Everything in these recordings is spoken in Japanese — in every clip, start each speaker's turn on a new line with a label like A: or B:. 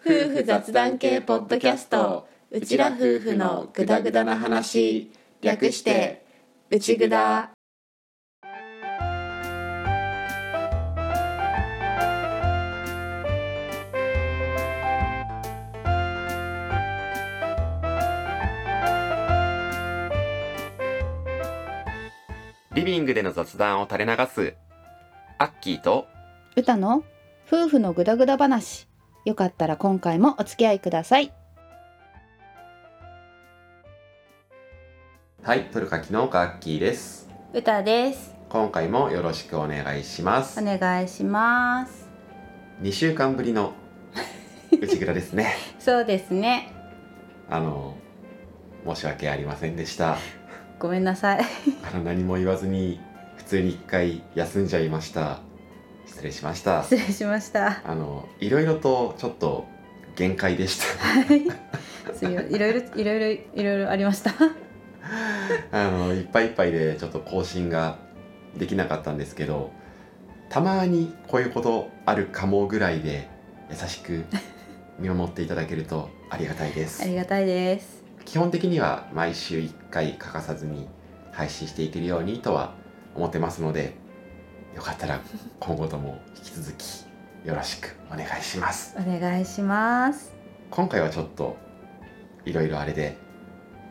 A: 夫婦雑談系ポッドキャストうちら夫婦のグダグダな話略してうちぐだ
B: リビングでの雑談を垂れ流すアッキーと
C: 歌の夫婦のグダグダ話よかったら今回もお付き合いください
B: はいトルカキのアッキーです
C: 歌です
B: 今回もよろしくお願いします
C: お願いします
B: 2週間ぶりの 内蔵ですね
C: そうですね
B: あの申し訳ありませんでした
C: ごめんなさい
B: あの何も言わずに普通に一回休んじゃいました失礼しました
C: 失礼しました
B: あのいろいろとちょっと限界でし た
C: はいすいまいろいろいろいろいろいろありました
B: あのいっぱいいっぱいでちょっと更新ができなかったんですけどたまにこういうことあるかもぐらいで優しく見守っていただけるとありがたいで
C: あ
B: す
C: りがたいです
B: 基本的には毎週1回欠かさずに配信していけるようにとは思ってますのでよかったら今後とも引き続きよろしくお願いします
C: お願いします
B: 今回はちょっといろいろあれで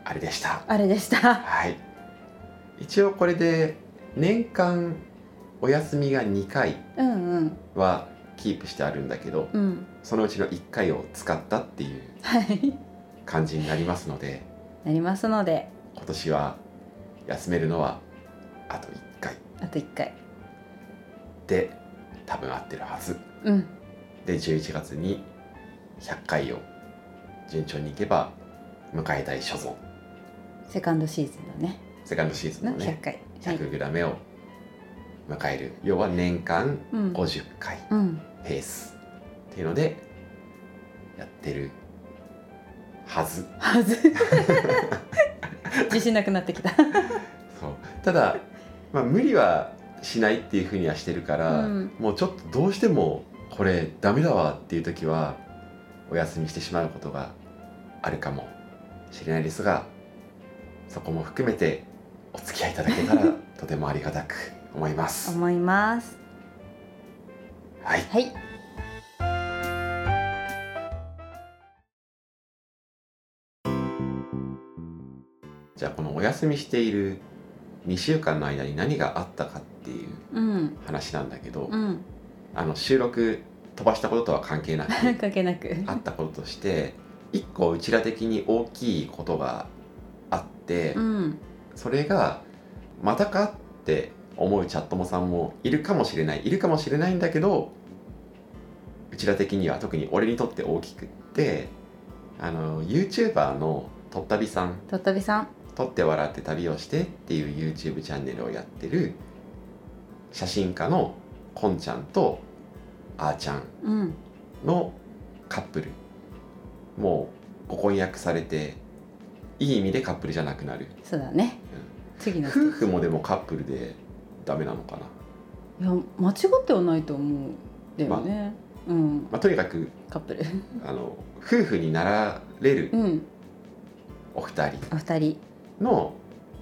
B: あれでした
C: あれでした
B: はい一応これで年間お休みが2回
C: うんうん
B: はキープしてあるんだけど
C: うん
B: そのうちの1回を使ったっていう
C: はい
B: 感じになりますので
C: なりますので
B: 今年は休めるのはあと1回
C: あと一回
B: で多分合ってるはず
C: うん
B: で11月に100回を順調にいけば迎えたい所存
C: セカンドシーズンだね
B: セカンドシーズンの
C: の
B: ね
C: 100回はい、
B: 100グラムを迎える、要は年間
C: うん
B: 50回
C: うん
B: ペースっていうのでやってるはず
C: はず自信なくなってきた
B: そうただ、まあ、無理はしないっていうふうにはしてるから、
C: うん
B: もうちょっとどうしてもこれダメだわっていう時はお休みしてしまうことがあるかもしれないですがそこも含めてお付き合いいただけたらとてもありがたく思います。
C: 思います
B: はい
C: はい
B: じゃあこのお休みしている2週間の間に何があったかっていう
C: うん
B: 話なんだけど、
C: うん
B: あの収録飛ばしたこととは関係な く
C: 関係なく
B: あったこととして1個うちら的に大きいことがあって、
C: うん
B: それが「またか?」って思うチャットモさんもいるかもしれないいるかもしれないんだけどうちら的には特に俺にとって大きくってあの YouTuber のとったびさん
C: とっとびさん
B: 撮って笑って旅をしてっていう YouTube チャンネルをやってる写真家のこんちゃんとあーちゃん
C: うん
B: のカップルもうご婚約されていい意味でカップルじゃなくなる
C: そうだね次の
B: 夫
C: 人い
B: 婦もでもカップルでダメなのかな、
C: や間違ってはないと思うだよね、うん
B: まあ、とにかく
C: カップル
B: あの夫婦になられる
C: うん
B: お二人
C: お二人
B: の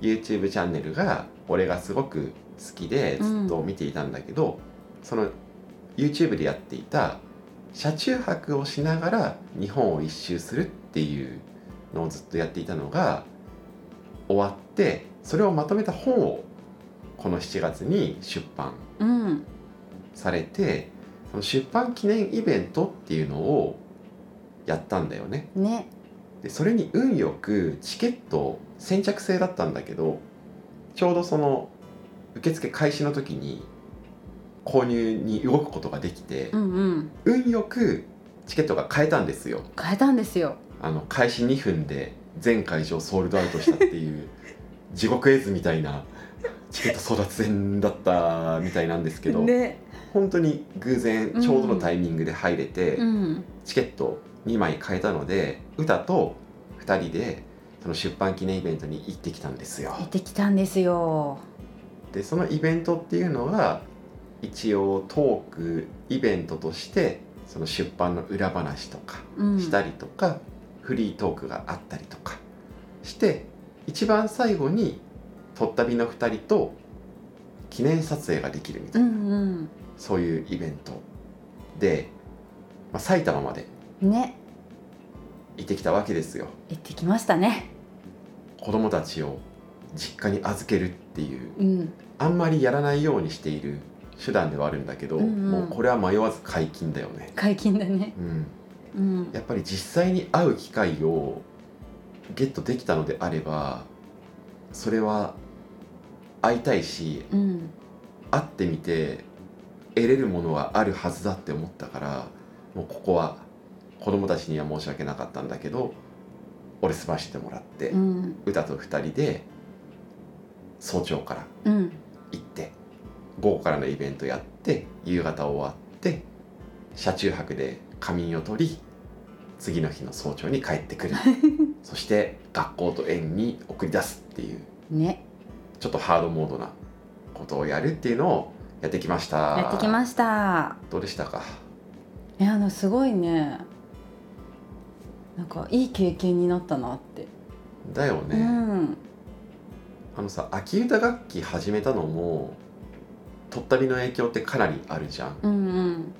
B: YouTube チャンネルが俺がすごく好きで
C: うん
B: ずっと見ていたんだけど、その YouTube でやっていた車中泊をしながら日本を一周するっていうのをずっとやっていたのが終わってそれをまとめた本をこの7月に出版
C: うん
B: されてその出版記念イベントっていうのをやったんだよね。
C: ね
B: でそれに運よくチケット先着制だったんだけどちょうどその受付開始の時に購入に動くことができて
C: う、んうん
B: 運よくチケットが買えたんですよ
C: 変えたんですよ
B: あの開始2分で全会場ソールドアウトしたっていう 地獄絵図みたいなチケット争奪戦だったみたいなんですけど、
C: ね
B: 本当に偶然ちょうどのタイミングで入れて、
C: うん
B: チケット2枚買えたので歌と2人でその出版記念イベントに行ってきたんですよ
C: 出てきたんですよ
B: でそのイベントっていうのは一応トークイベントとしてその出版の裏話とか
C: うん
B: したりとか、フリートークがあったりとかして一番最後にとったびの2人と記念撮影ができるみた
C: う
B: いな、
C: ん
B: そういうイベントで、まあ、埼玉まで
C: うんね
B: 行ってきたわけですよ
C: 行ってきましたね
B: 子供たちを実家に預けるっていう
C: うん
B: あんまりやらないようにしている手段ではあるんだけど、
C: うんうん
B: もうこれは迷わず解禁だよね、
C: 解禁だね
B: うん、
C: うん
B: やっぱり実際に会う機会をゲットできたのであればそれは会いたいし
C: うん
B: 会ってみて得れるものはあるはずだって思ったからもうここは子供たちには申し訳なかったんだけど俺済ましてもらって、
C: うん
B: 歌と2人で早朝から
C: うん
B: 行って午後からのイベントやって夕方終わって車中泊で仮眠を取り次の日の早朝に帰って くるそして学校と園に送り出すっていう
C: ね
B: ちょっとハードモードなことをやるっていうのをやってきました
C: やってきました
B: どうでしたか
C: いやあのすごいねなんかいい経験になったなって、
B: だよね、
C: うん
B: あのさ秋歌楽器始めたのもとったびの影響ってかなりあるじゃん
C: うんうん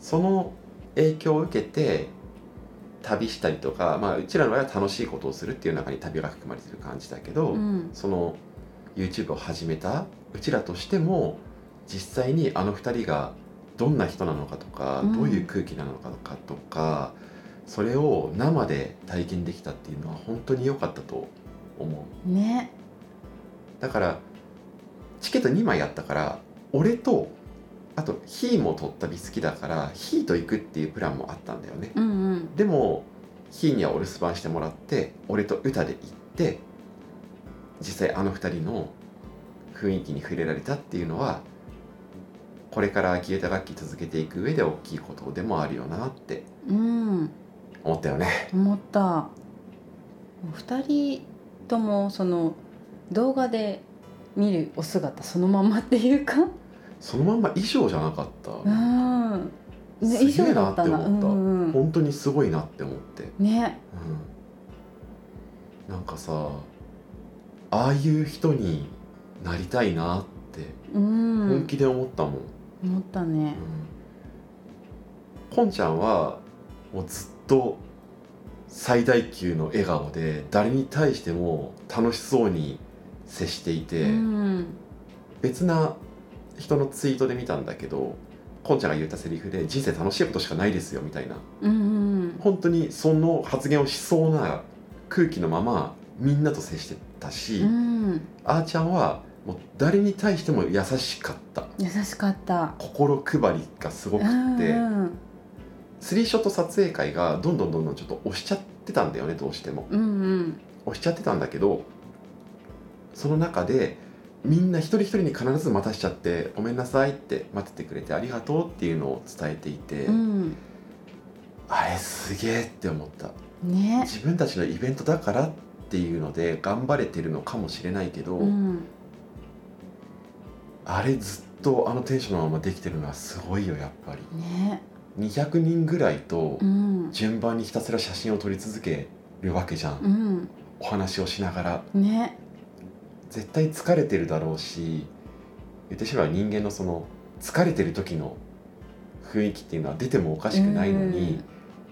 B: その影響を受けて旅したりとか、まあ、うちらの場合は楽しいことをするっていう中に旅が含まれてる感じだけど、
C: うん
B: その YouTube を始めたうちらとしても実際にあの2人がどんな人なのかとか、
C: うん
B: どういう空気なのかとかとかそれを生で体験できたっていうのは本当に良かったと思う。
C: ね
B: だからチケット2枚あったから俺とあとヒーも取ったび好きだからヒーと行くっていうプランもあったんだよね
C: うんうん
B: でもヒーにはお留守番してもらって俺と歌で行って実際あの2人の雰囲気に触れられたっていうのはこれから秋歌楽器続けていく上で大きいことでもあるよなって
C: うん
B: 思ったよね
C: 思ったお二人ともその動画で見るお姿そのままっていうか
B: そのまんま衣装じゃなかった、
C: うん、ね、
B: す
C: 以
B: げえ
C: 上
B: な
C: だ
B: っ
C: ってた
B: 思
C: な
B: った
C: うんうん
B: 本当にすごいなって思って
C: ね
B: うん、なんかさああいう人になりたいなって
C: う
B: 本
C: ん
B: 気で思ったもん、うん
C: 思ったね
B: こんちゃんはもうずっと最大級の笑顔で誰に対しても楽しそうに接していて、
C: うん
B: 別な人のツイートで見たんだけどこんちゃんが言ったセリフで「人生楽しいことしかないですよ」みたいな
C: うんうん
B: 本当にその発言をしそうな空気のままみんなと接してたし、
C: うん
B: あーちゃんはもう誰に対しても優しかった
C: 優しかった
B: 心配りがすごくっ
C: う
B: て、
C: んうん
B: スリーショット撮影会がどんどんどんどんちょっと押しちゃってたんだよねどうしても
C: うんうん
B: 押しちゃってたんだけどその中でみんな一人一人に必ず待たしちゃって「ごめんなさい」って待っててくれてありがとうっていうのを伝えていて、
C: うん
B: あれすげえって思った
C: ね
B: 自分たちのイベントだからっていうので頑張れてるのかもしれないけど、
C: うん
B: あれずっとあのテンションのままできてるのはすごいよやっぱり
C: ね
B: 200人ぐらいと
C: うん
B: 順番にひたすら写真を撮り続けるわけじゃん、
C: うん
B: お話をしながら
C: ね
B: 絶対疲れてるだろうし言ってしまえば人間のその疲れてる時の雰囲気っていうのは出てもおかしくないのに、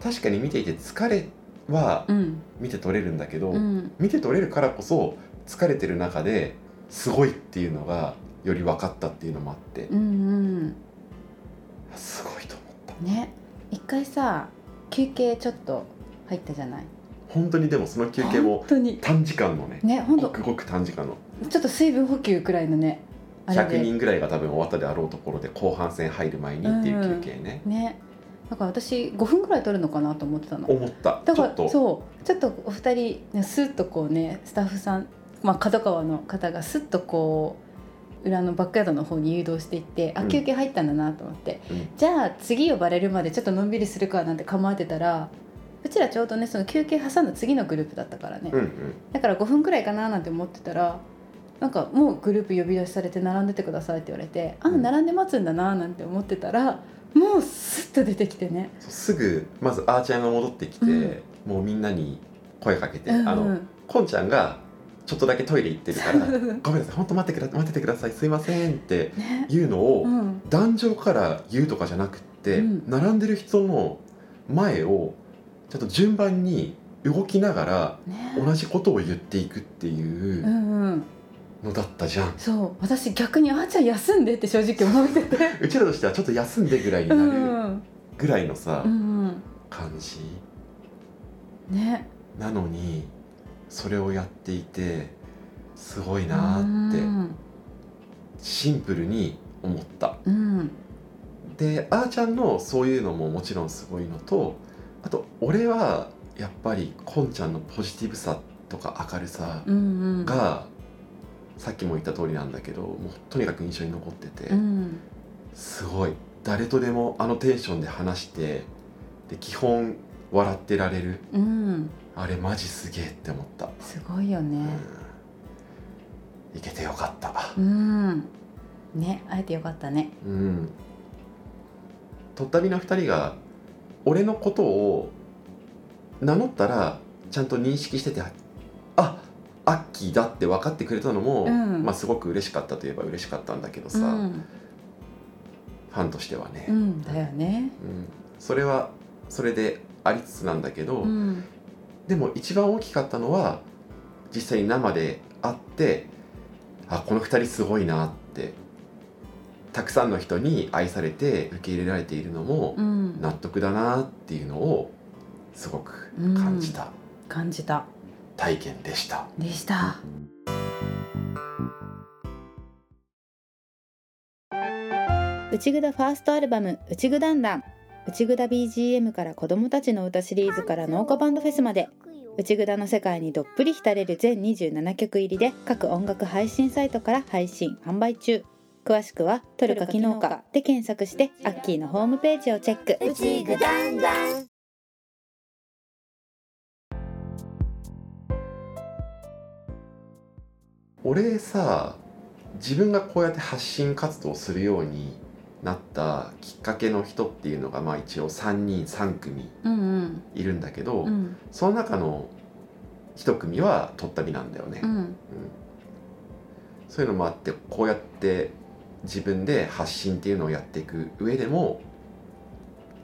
B: 確かに見ていて疲れは
C: うん
B: 見て取れるんだけど、
C: うん
B: 見て取れるからこそ疲れてる中ですごいっていうのがより分かったっていうのもあって
C: うんうん
B: すごいと思った
C: ね一回さ休憩ちょっと入ったじゃない
B: 本当にでもその休憩も
C: 本当に
B: 短時間のね
C: ね本
B: ご
C: 当
B: くごく短時間の
C: ちょっと水分補給くらいのねあれで
B: 100人ぐらいが多分終わったであろうところで後半戦入る前にっていう休憩ね、
C: ねだから私5分ぐらい取るのかなと思ってたの
B: 思った
C: だ
B: ちょ
C: か
B: っ
C: ら
B: と
C: そうちょっとお二人ねスッとこうねスタッフさん、まあ、角川の方がスッとこう裏のバックヤードの方に誘導していって、
B: う
C: あ
B: ん
C: 休憩入ったんだなと思って、
B: うん
C: じゃあ次呼ばれるまでちょっとのんびりするかなんて構えてたらうちらちょうどねその休憩挟んだ次のグループだったからね、
B: うんうん
C: だから5分くらいかななんて思ってたらなんかもうグループ呼び出しされて並んでてくださいって言われてあ
B: うん
C: 並んで待つんだななんて思ってたらもうスッと出てきてね
B: そうすぐまずあーちゃんが戻ってきて、
C: うん
B: もうみんなに声かけて、
C: うん
B: あのこんちゃんがちょっとだけトイレ行って るから
C: そうそうそう
B: 「ごめんなさい本当待ってくだ待っててくださいすいません」って
C: ね
B: 言うのを、
C: うん
B: 壇上から言うとかじゃなくって、
C: うん
B: 並んでる人の前をちゃんと順番に動きながら
C: ね
B: 同じことを言っていくっていううん
C: うん
B: のだったじゃん、
C: そう私逆にあーちゃん休んでって正直思ってて
B: うちらとしてはちょっと休んでぐらいに
C: う
B: なんる
C: うん
B: ぐらいのさ、
C: うん
B: 感じ
C: ね
B: なのにそれをやっていてすごいな
C: う
B: ーって
C: ん
B: シンプルに思った
C: うん
B: であーちゃんのそういうのももちろんすごいのとあと俺はやっぱりこんちゃんのポジティブさとか明るさ
C: うんうん
B: が、さっきも言った通りなんだけどもうとにかく印象に残ってて、
C: うん
B: すごい誰とでもあのテンションで話してで基本笑ってられる
C: うん
B: あれマジすげえって思った、
C: すごいよ
B: うん
C: ね
B: いけてよかった
C: うんね会えてよかったね
B: うんとったびの2人が俺のことを名乗ったらちゃんと認識しててあアッキーだって分かってくれたのも、
C: うん
B: まあ、すごく嬉しかったといえば嬉しかったんだけどさ、
C: うん
B: ファンとしてはね、
C: うんだよね
B: うんそれはそれでありつつなんだけど、
C: うん
B: でも一番大きかったのは実際に生で会ってあこの2人すごいなってたくさんの人に愛されて受け入れられているのも
C: うん
B: 納得だなっていうのをすごく感じた
C: 感じた
B: 体験でした。
C: でした
A: 内ぐだファーストアルバム「内ぐだんだん」内ぐだ BGM から子どもたちの歌シリーズから農家バンドフェスまで内ぐだの世界にどっぷり浸れる全27曲入りで各音楽配信サイトから配信販売中詳しくは「トルカ機能かで検索してアッキーのホームページをチェック
D: うちぐだんだん。
B: 俺さ自分がこうやって発信活動をするようになったきっかけの人っていうのがまあ一応3人3組
C: うん
B: いるんだけど、
C: うんうん
B: その中の1組はとったびなんだよね。
C: うん
B: そういうのもあってこうやって自分で発信っていうのをやっていく上でも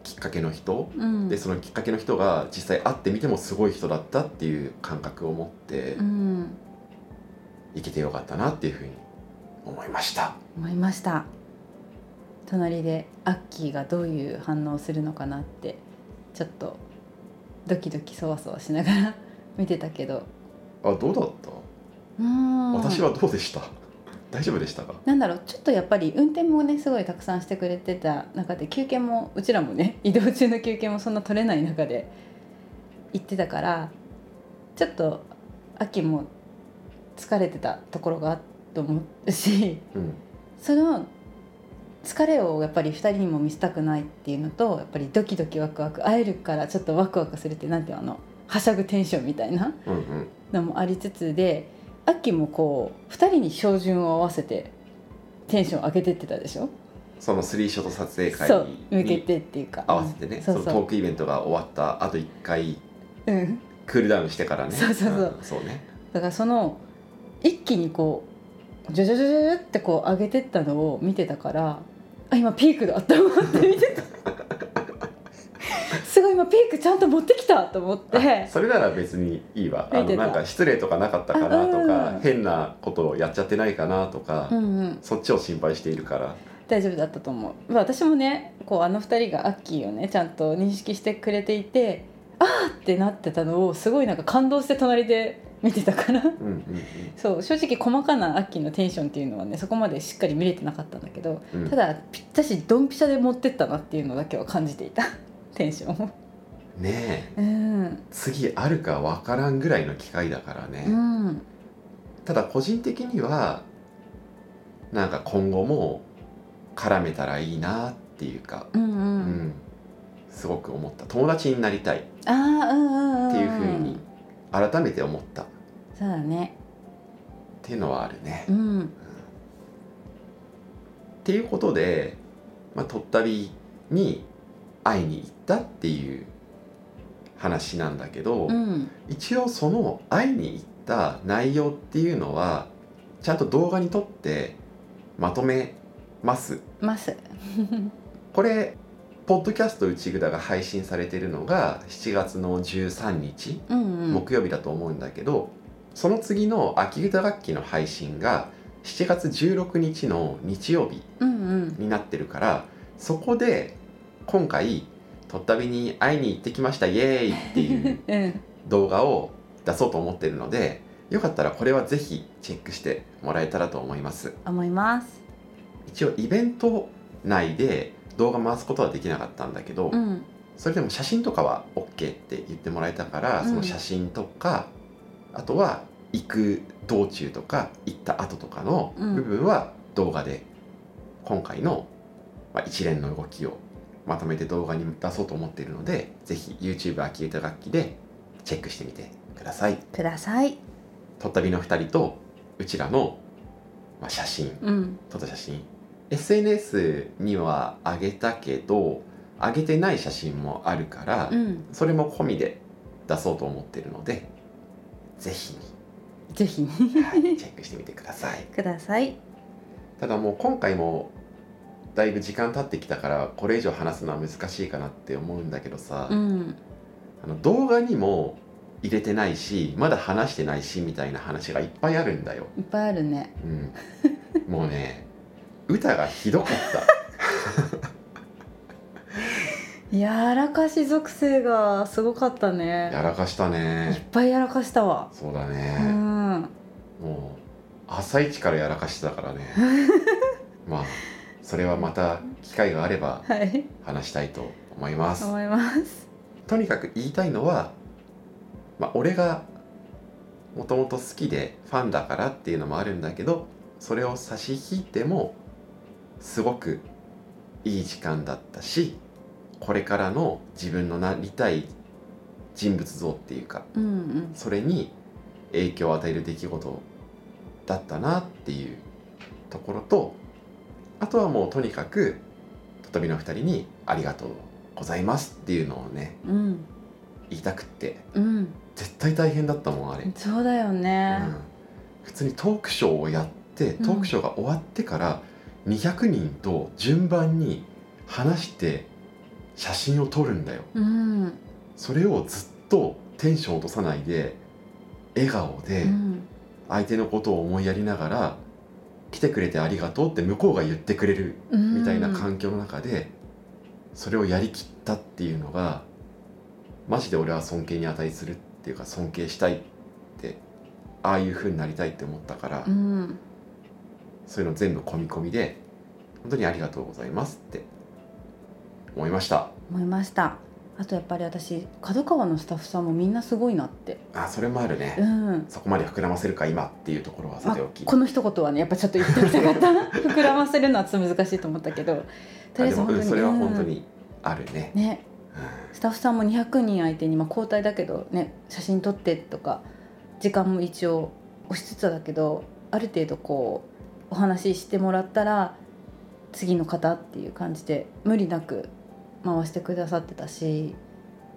B: きっかけの人
C: うん
B: でそのきっかけの人が実際会ってみてもすごい人だったっていう感覚を持って
C: うん
B: いけてよかったなっていうふうに思いました
C: 思いました隣でアッキーがどういう反応をするのかなってちょっとドキドキそわそわしながら 見てたけど
B: あどうだった、
C: うーん
B: 私はどうでした 大丈夫でしたか
C: なんだろうちょっとやっぱり運転もねすごいたくさんしてくれてた中で休憩もうちらもね移動中の休憩もそんな取れない中で行ってたからちょっと秋も疲れてたところがあったと思うし
B: うん
C: その疲れをやっぱり2人にも見せたくないっていうのとやっぱりドキドキワクワク会えるからちょっとワクワクするってなんていうのあのはしゃぐテンションみたいな
B: うんうん
C: のもありつつで秋もこう2人に照準を合わせてテンション上げてってたでしょ
B: そのスリーショット撮影会
C: そう向け
B: に
C: てっていうか
B: 合わせてね、
C: うんそ
B: そ
C: う
B: の
C: そ
B: ト
C: う
B: ークイベントが終わったあと1回
C: うん
B: クールダウンしてからね
C: そうそうそうん
B: そうね
C: だからその一気にこうジュジュジュジュジュってこう上げてったのを見てたからあ今ピークだと思って見てた すごい今ピークちゃんと持ってきたと思っ
B: あ
C: て
B: それなら別にいいわあ
C: 見
B: の
C: てた
B: なんか失礼とかなかったかなと
C: あう
B: か
C: ん
B: 変なことをやっちゃってないかなとか、
C: うんうん
B: そっちを心配しているから
C: 大丈夫だったと思うまあ私もねこうあの二人がアッキーをねちゃんと認識してくれていてああってなってたのをすごいなんか感動して隣で見てたから
B: うんうん
C: そう正直細かなアッキーのテンションっていうのはねそこまでしっかり見れてなかったんだけど
B: うんうん
C: ただぴったしドンピシャで持ってったなっていうのだけは感じて いたテンションを
B: ねえ
C: うん
B: 次あるか分からんぐらいの機会だからね、
C: うん
B: ただ個人的にはなんか今後も絡めたらいいなっていうか、
C: うんう
B: うん
C: ん
B: すごく思った友達になりたい
C: ああうんうんうん
B: っていうふうに改めて思ったっ
C: そうだね
B: ていうのはあるね。
C: うん
B: っていうことで、まあ、とったびに会いに行ったっていう話なんだけど、
C: うん
B: 一応その会いに行った内容っていうのはちゃんと動画に撮ってまとめます
C: ます
B: これポッドキャスト内ぐだが配信されてるのが7月の13日
C: うんうん
B: 木曜日だと思うんだけど、その次の秋歌楽器の配信が7月16日の日曜日
C: うんうん
B: になってるからそこで今回「とったびに会いに行ってきましたイエーイ!」っていう
C: うん
B: 動画を出そうと思ってるのでよかったらこれはぜひチェックしてもらえたらと思います
C: 思います
B: 一応イベント内で動画回すことはできなかったんだけど、
C: うん
B: それでも写真とかは OK って言ってもらえたから、
C: うん
B: その写真とかあとは行く道中とか行った後とかの
C: うん
B: 部分は動画で今回の、まあ、一連の動きをまとめて動画に出そうと思っているのでぜひ YouTube 秋歌楽器でチェックしてみてください。
C: ください
B: とったびの2人とうちらの、まあ、写真
C: うん
B: 撮った写真 SNS にはあげたけどあげてない写真もあるから、
C: うん
B: それも込みで出そうと思ってるのでぜひ
C: ぜひ
B: に、は い、チェックしてみてください
C: ください
B: ただもう今回もだいぶ時間経ってきたからこれ以上話すのは難しいかなって思うんだけどさ、
C: うん
B: あの動画にも入れてないしまだ話してないしみたいな話がいっぱいあるんだよ、
C: いっぱいあるね
B: うん、もうね歌がひどかった
C: やらかし属性がすごかった
B: や
C: ね
B: らかした
C: いっ
B: ね
C: ぱいやらかしたわ
B: そうだ
C: う
B: ね、
C: ん
B: もう朝一からやらかしてたからねまあそれはまた機会があれば
C: はい
B: 話したいと思います
C: 思います
B: とにかく言いたいのは、まあ、俺がもともと好きでファンだからっていうのもあるんだけどそれを差し引いてもすごくいい時間だったしこれからの自分のなりたい人物像っていうか
C: うんうん
B: それに影響を与える出来事だったなっていうところとあとはもうとにかくととびの2人に「ありがとうございます」っていうのをね
C: うん
B: 言いたくって
C: うん
B: 絶対大変だったもんあれ、
C: そうだよね
B: うん普通にトークショーをやってトークショーが終わってから200人と順番に話して写真を撮るんだよ
C: うん、うん
B: それをずっとテンション落とさないで笑顔で、相手のことを思いやりながら来てくれてありがとうって向こうが言ってくれるみたいな環境の中でそれをやりきったっていうのがマジで俺は尊敬に値するっていうか尊敬したいってああいう風になりたいって思ったから
C: うん
B: そういうの全部込み込みで本当にありがとうございますって思いました
C: 思いましたあとやっぱり私角川のスタッフさんもみんなすごいなって
B: あそれもある
C: う
B: ね
C: ん
B: そこまで膨らませるか今っていうところはさ
C: まあ
B: ておき、
C: この一言はねやっぱちょっと言っておきたかった 膨らませるのはちょっと難しいと思ったけどとり
B: あ
C: あえ
B: で
C: ず
B: も
C: 本当
B: うん
C: に
B: それは本当
C: うん
B: にあるね、
C: ね
B: うん
C: スタッフさんも200人相手に、まあ、交代だけどね写真撮ってとか時間も一応押しつつだけどある程度こうお話ししてもらったら次の方っていう感じで無理なく回してくださってたし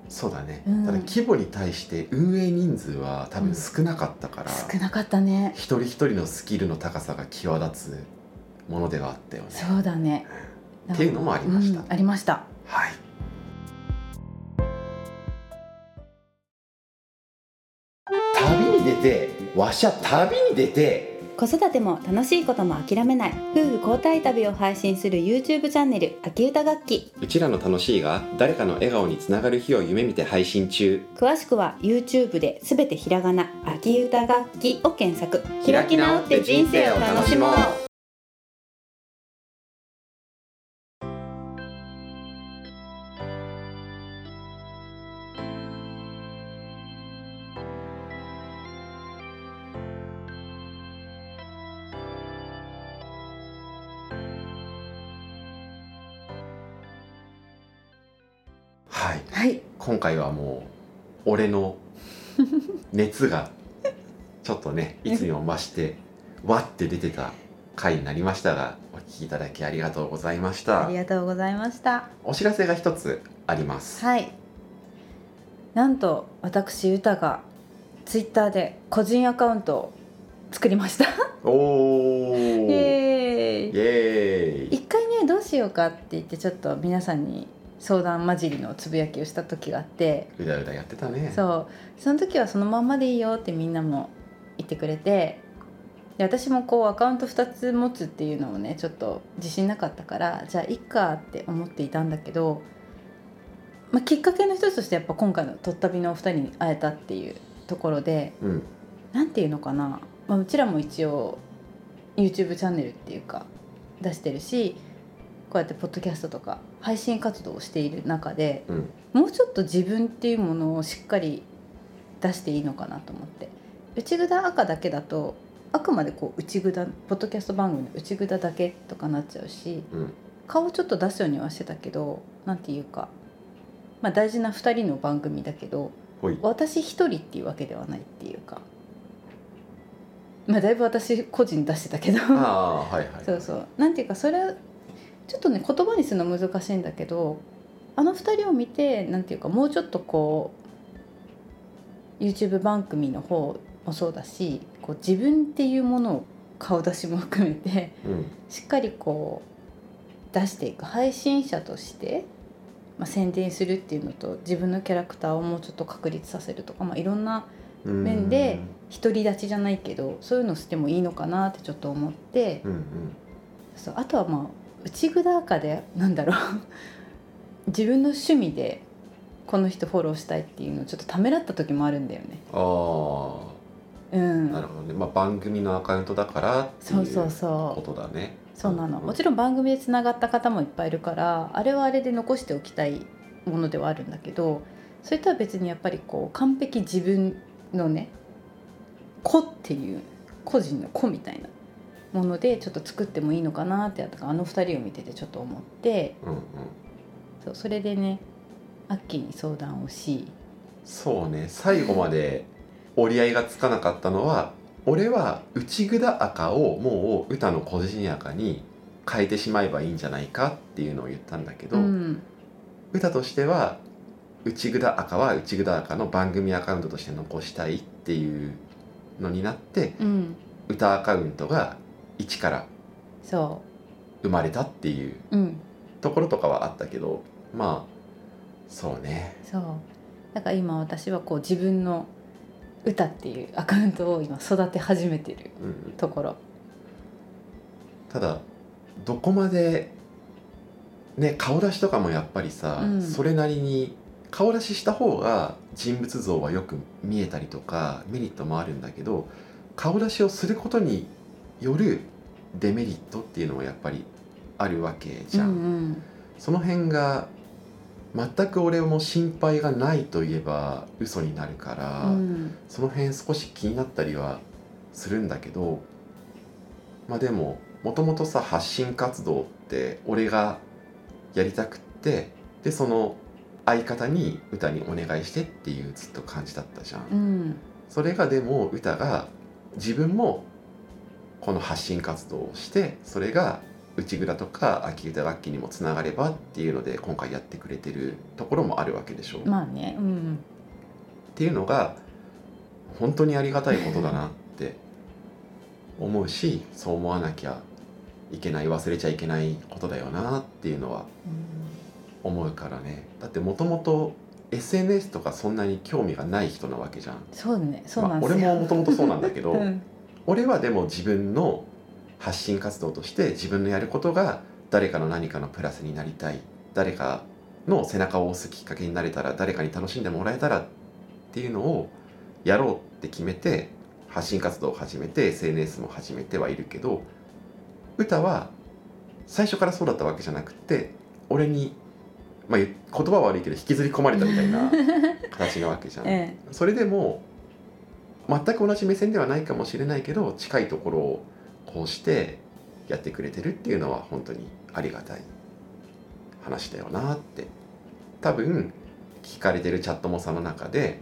B: そうだね、
C: うん
B: ただ規模に対して運営人数は多分少なかったから、
C: 少なかったね
B: 一人一人のスキルの高さが際立つものではあったよね。
C: そうだね
B: っていうのもありました。
C: うんありました
B: はい旅に出てわしゃ旅に出て
A: 子育ても楽しいことも諦めない夫婦交代旅を配信する YouTube チャンネル「秋歌楽器
B: うちらの楽しいが誰かの笑顔につながる日を夢見て配信中」
A: 詳しくは YouTube で「すべてひらがな秋歌楽器」を検索
B: 開き直って人生を楽しもうはい
C: はい
B: 今回はもう俺の 熱がちょっとねいつにも増してわって出てた回になりましたがお聞きいただきありがとうございまし
C: あ
B: た
C: りがとうございました
B: お知らせが一つあります
C: はいなんと私歌がツイッターで個人アカウントを作りました
B: おお
C: イ
B: イエ
C: エーイ
B: ーイ
C: 一回ねどうしようかって言ってちょっと皆さんに相談交じりのつぶやきをした時があって
B: うだうだやってたね
C: そうその時はそのまんまでいいよってみんなも言ってくれてで私もこうアカウント2つ持つっていうのをねちょっと自信なかったからじゃあいっかって思っていたんだけど、まあ、きっかけの一つとしてやっぱ今回の「とったび」のお二人に会えたっていうところで
B: うん
C: なんていうのかな、まあ、うちらも一応 YouTube チャンネルっていうか出してるしこうやってポッドキャストとか配信活動をしている中で
B: うん
C: もうちょっと自分っていうものをしっかり出していいのかなと思って内ぐだ赤だけだとあくまでこう内ぐだポッドキャスト番組の内ぐだだけとかなっちゃうし
B: うん
C: 顔をちょっと出すようにはしてたけどなんていうか、まあ、大事な2人の番組だけど
B: ほい
C: 私一人っていうわけではないっていうかまあだいぶ私個人出してたけど
B: ああはいはい
C: そうそうなんていうかそれちょっとね言葉にするの難しいんだけどあの二人を見てなんていうかもうちょっとこう YouTube 番組の方もそうだしこう自分っていうものを顔出しも含めて
B: うん
C: しっかりこう出していく配信者として、まあ、宣伝するっていうのと自分のキャラクターをもうちょっと確立させるとか、まあ、いろんな
B: うん
C: 面で独り立ちじゃないけどそういうのしてもいいのかなってちょっと思って。
B: うんうん
C: そうあとはまあ内ぐだかでなんだろう 自分の趣味でこの人フォローしたいっていうのをちょっとためらった時もあるんだよね。
B: あ
C: う
B: あなる
C: ん、
B: ほどねまあ番組のアカウントだからって
C: そう
B: い
C: そう
B: うこ
C: そう
B: とだね
C: そうなの
B: うん
C: もちろん番組でつながった方もいっぱいいるからあれはあれで残しておきたいものではあるんだけどそれとは別にやっぱりこう完璧自分のね「個」っていう個人の「個」みたいなものでちょっと作ってもいいのかなってやったからあの2人を見ててちょっと思って。
B: うんうん
C: そうそれでねアッキーに相談をし
B: そうね最後まで折り合いがつかなかったのは俺は内ぐだ赤をもう歌の個人赤に変えてしまえばいいんじゃないかっていうのを言ったんだけど、
C: ん、
B: 歌としては内ぐだ赤は内ぐだ赤の番組アカウントとして残したいっていうのになって
C: うん、
B: 歌アカウントが一から
C: そ
B: 生まれたっていう
C: ううん
B: ところとかはあったけどまあそうね
C: そうだから今私はこう自分の歌っていうアカウントを今育て始めてる
B: うんうん
C: ところ
B: ただどこまで、ね、顔出しとかもやっぱりさ、
C: うん
B: それなりに顔出しした方が人物像はよく見えたりとかメリットもあるんだけど顔出しをすることによるデメリットっていうのはやっぱりあるわけじゃん。
C: うん
B: その辺が全く俺も心配がないといえば嘘になるから、
C: うんうん、
B: その辺少し気になったりはするんだけどまあでももともとさ発信活動って俺がやりたくってでその相方に歌にお願いしてっていうずっと感じだったじゃん。
C: うん
B: それがでも歌が自分もこの発信活動をしてそれが内蔵とか秋歌楽器にもつながればっていうので今回やってくれてるところもあるわけでしょう。
C: まあねうん
B: っていうのが本当にありがたいことだなって思うしそう思わなきゃいけない忘れちゃいけないことだよなっていうのは思うからねだってもともと SNS とかそんなに興味がない人なわけじゃん。
C: そうねそうなん
B: まあ
C: です
B: 俺
C: よ、
B: ももともとそうなんだけど、
C: うん
B: 俺はでも自分の発信活動として自分のやることが誰かの何かのプラスになりたい誰かの背中を押すきっかけになれたら誰かに楽しんでもらえたらっていうのをやろうって決めて発信活動を始めて SNS も始めてはいるけど歌は最初からそうだったわけじゃなくて俺に、まあ、言言葉は悪いけど引きずり込まれたみたいな形なわけじゃ ん。
C: え
B: それでも全く同じ目線ではないかもしれないけど近いところをこうしてやってくれてるっていうのは本当にありがたい話だよなって多分聞かれてるチャットもさの中で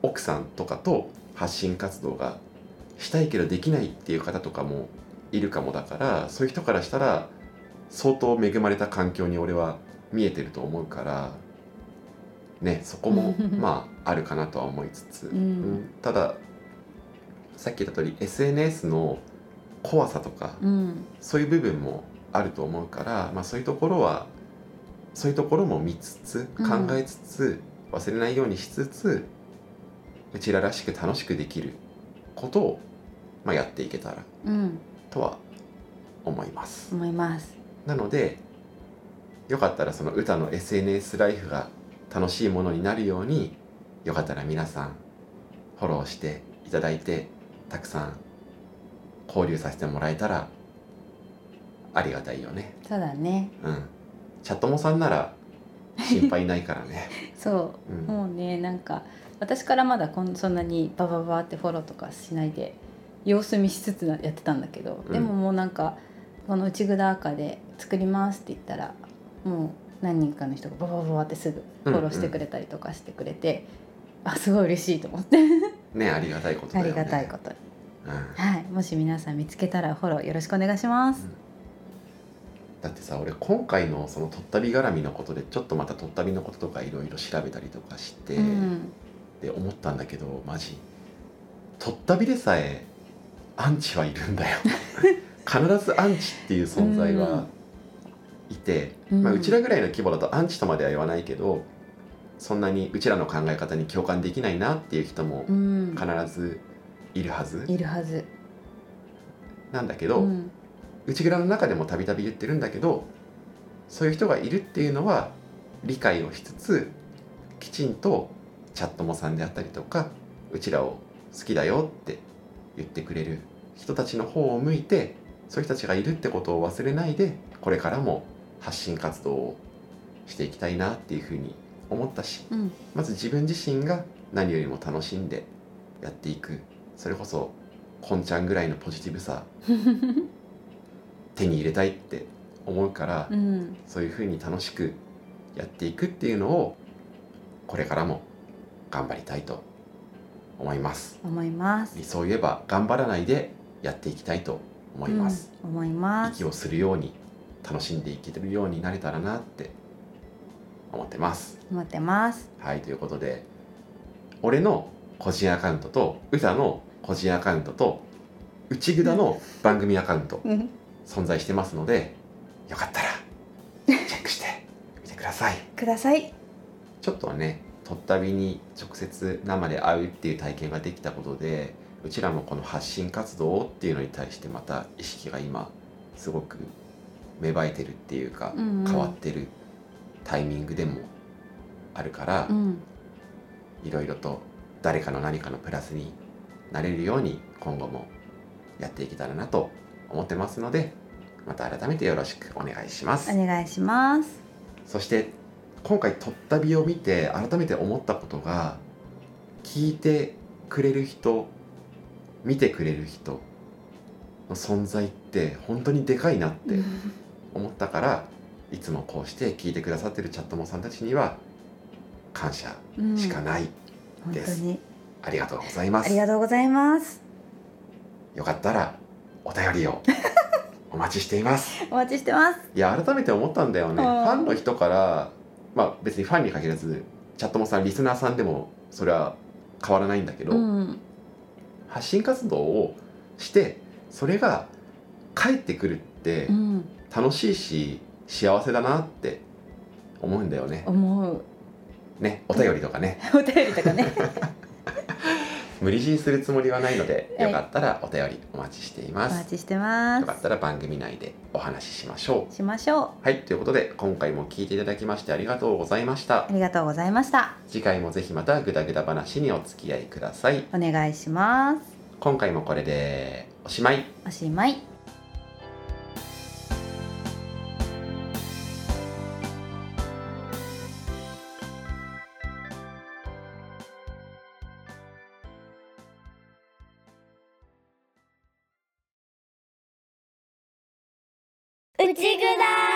B: 奥さんとかと発信活動がしたいけどできないっていう方とかもいるかもだからそういう人からしたら相当恵まれた環境に俺は見えてると思うからねそこもまああるかなとは思いつつ、
C: うん
B: うんたださっき言った通り SNS の怖さとか
C: うん
B: そういう部分もあると思うから、まあ、そういうところはそういうところも見つつ
C: うん
B: 考えつつ、忘れないようにしつつうちららしく楽しくできることを、まあ、やっていけたら
C: うん
B: とは思います。
C: 思います
B: なのでよかったらその歌の SNS ライフが楽しいものになるようによかったら皆さんフォローしていただいてたくさん交流させてもらえたらありがたいよね
C: そうだね
B: うんチャットモさんなら心配ないからね、
C: そううんもうねなんか私からまだこんそんなにババババってフォローとかしないで様子見しつつやってたんだけど、
B: うん
C: でももうなんかこの内蔵赤で作りますって言ったらもう何人かの人がババババってすぐフォローしてくれたりとかしてくれて、あすごい嬉しいと思って
B: ねありがたいことだ
C: あ
B: よ
C: り
B: ね
C: がたいことに、
B: うん、
C: はい、もし皆さん見つけたらフォローよろしくお願いします、
B: だってさ俺今回のそのとったび絡みのことでちょっとまたとったびのこととかいろいろ調べたりとかして、
C: うん、
B: って思ったんだけどマジとったびでさえアンチはいるん だよ必ずアンチっていう存在はいて、う
C: うん
B: まあ、うちらぐらいの規模だとアンチとまでは言わないけどそんなにうちらの考え方に共感できないなっていう人も
C: うん、
B: 必ずいるはず
C: いるはず、
B: なんだけ
C: う
B: ど、
C: ん、
B: 内蔵の中でもたびたび言ってるんだけどそういう人がいるっていうのは理解をしつつきちんとチャットもさんであったりとかうちらを好きだよって言ってくれる人たちの方を向いてそういう人たちがいるってことを忘れないでこれからも発信活動をしていきたいなっていうふうに思ったし
C: うん、
B: まず自分自身が何よりも楽しんでやっていくそれこそこんちゃんぐらいのポジティ ブさ手に入れたいって思うから、
C: うん、
B: そういうふうに楽しくやっていくっていうのをこれからも頑張りたいと思います
C: 思います
B: 理想を言えば頑張らないでやっていきたいと思います、
C: うん、思います
B: 息をするように楽しんでいけるようになれたらなって思ってます
C: 思ってます
B: はい、ということで、俺の個人アカウントと、歌の個人アカウントと、内ぐだの番組アカウント、
C: うん
B: 存在してますので、よかったら、チェックしてみてください。
C: ください
B: ちょっとはね、とったびに直接生で会うっていう体験ができたことで、うちらもこの発信活動っていうのに対してまた意識が今、すごく芽生えてるっていうか、
C: うんうん
B: 変わってるタイミングでもあるから、
C: うん
B: いろいろと誰かの何かのプラスになれるように今後もやっていけたらなと思ってますのでまた改めてよろしくお願いします
C: お願いします
B: そして今回「とったび」を見て改めて思ったことが聞いてくれる人見てくれる人の存在って本当にでかいなって思ったからいつもこうして聞いてくださってるチャットモさんたちには感謝
C: うん
B: しかない、
C: 本
B: で
C: 当
B: す
C: に
B: ありがとうございま
C: あ
B: す
C: りがとうございます
B: よかったらお便りをお待ちしています
C: お待ちしてます
B: いや改めて思ったんだよね
C: う
B: フ
C: ん
B: ァンの人からまあ別にファンに限らずチャットもさんリスナーさんでもそれは変わらないんだけど、
C: うん
B: 発信活動をしてそれが返ってくるって
C: うん
B: 楽しいし幸せだなって思うんだよね
C: 思う
B: ねお便りとかね
C: お便りとかね
B: 無理強いするつもりはないので
C: はい
B: よかったらお便りお待ちしてい
C: お
B: ま
C: 待
B: す
C: ちしてま
B: よかっ
C: す
B: たら番組内でお話ししましょう
C: しましょ
B: はい、ということで今回も聞いていただきましてありがとうございました
C: うあ。りがとうございました
B: 次回もぜひまたグダグダ話にお付き合いください。
C: お願いします
B: 今回もこれでおしまい。
C: おしまい
D: 内ぐだ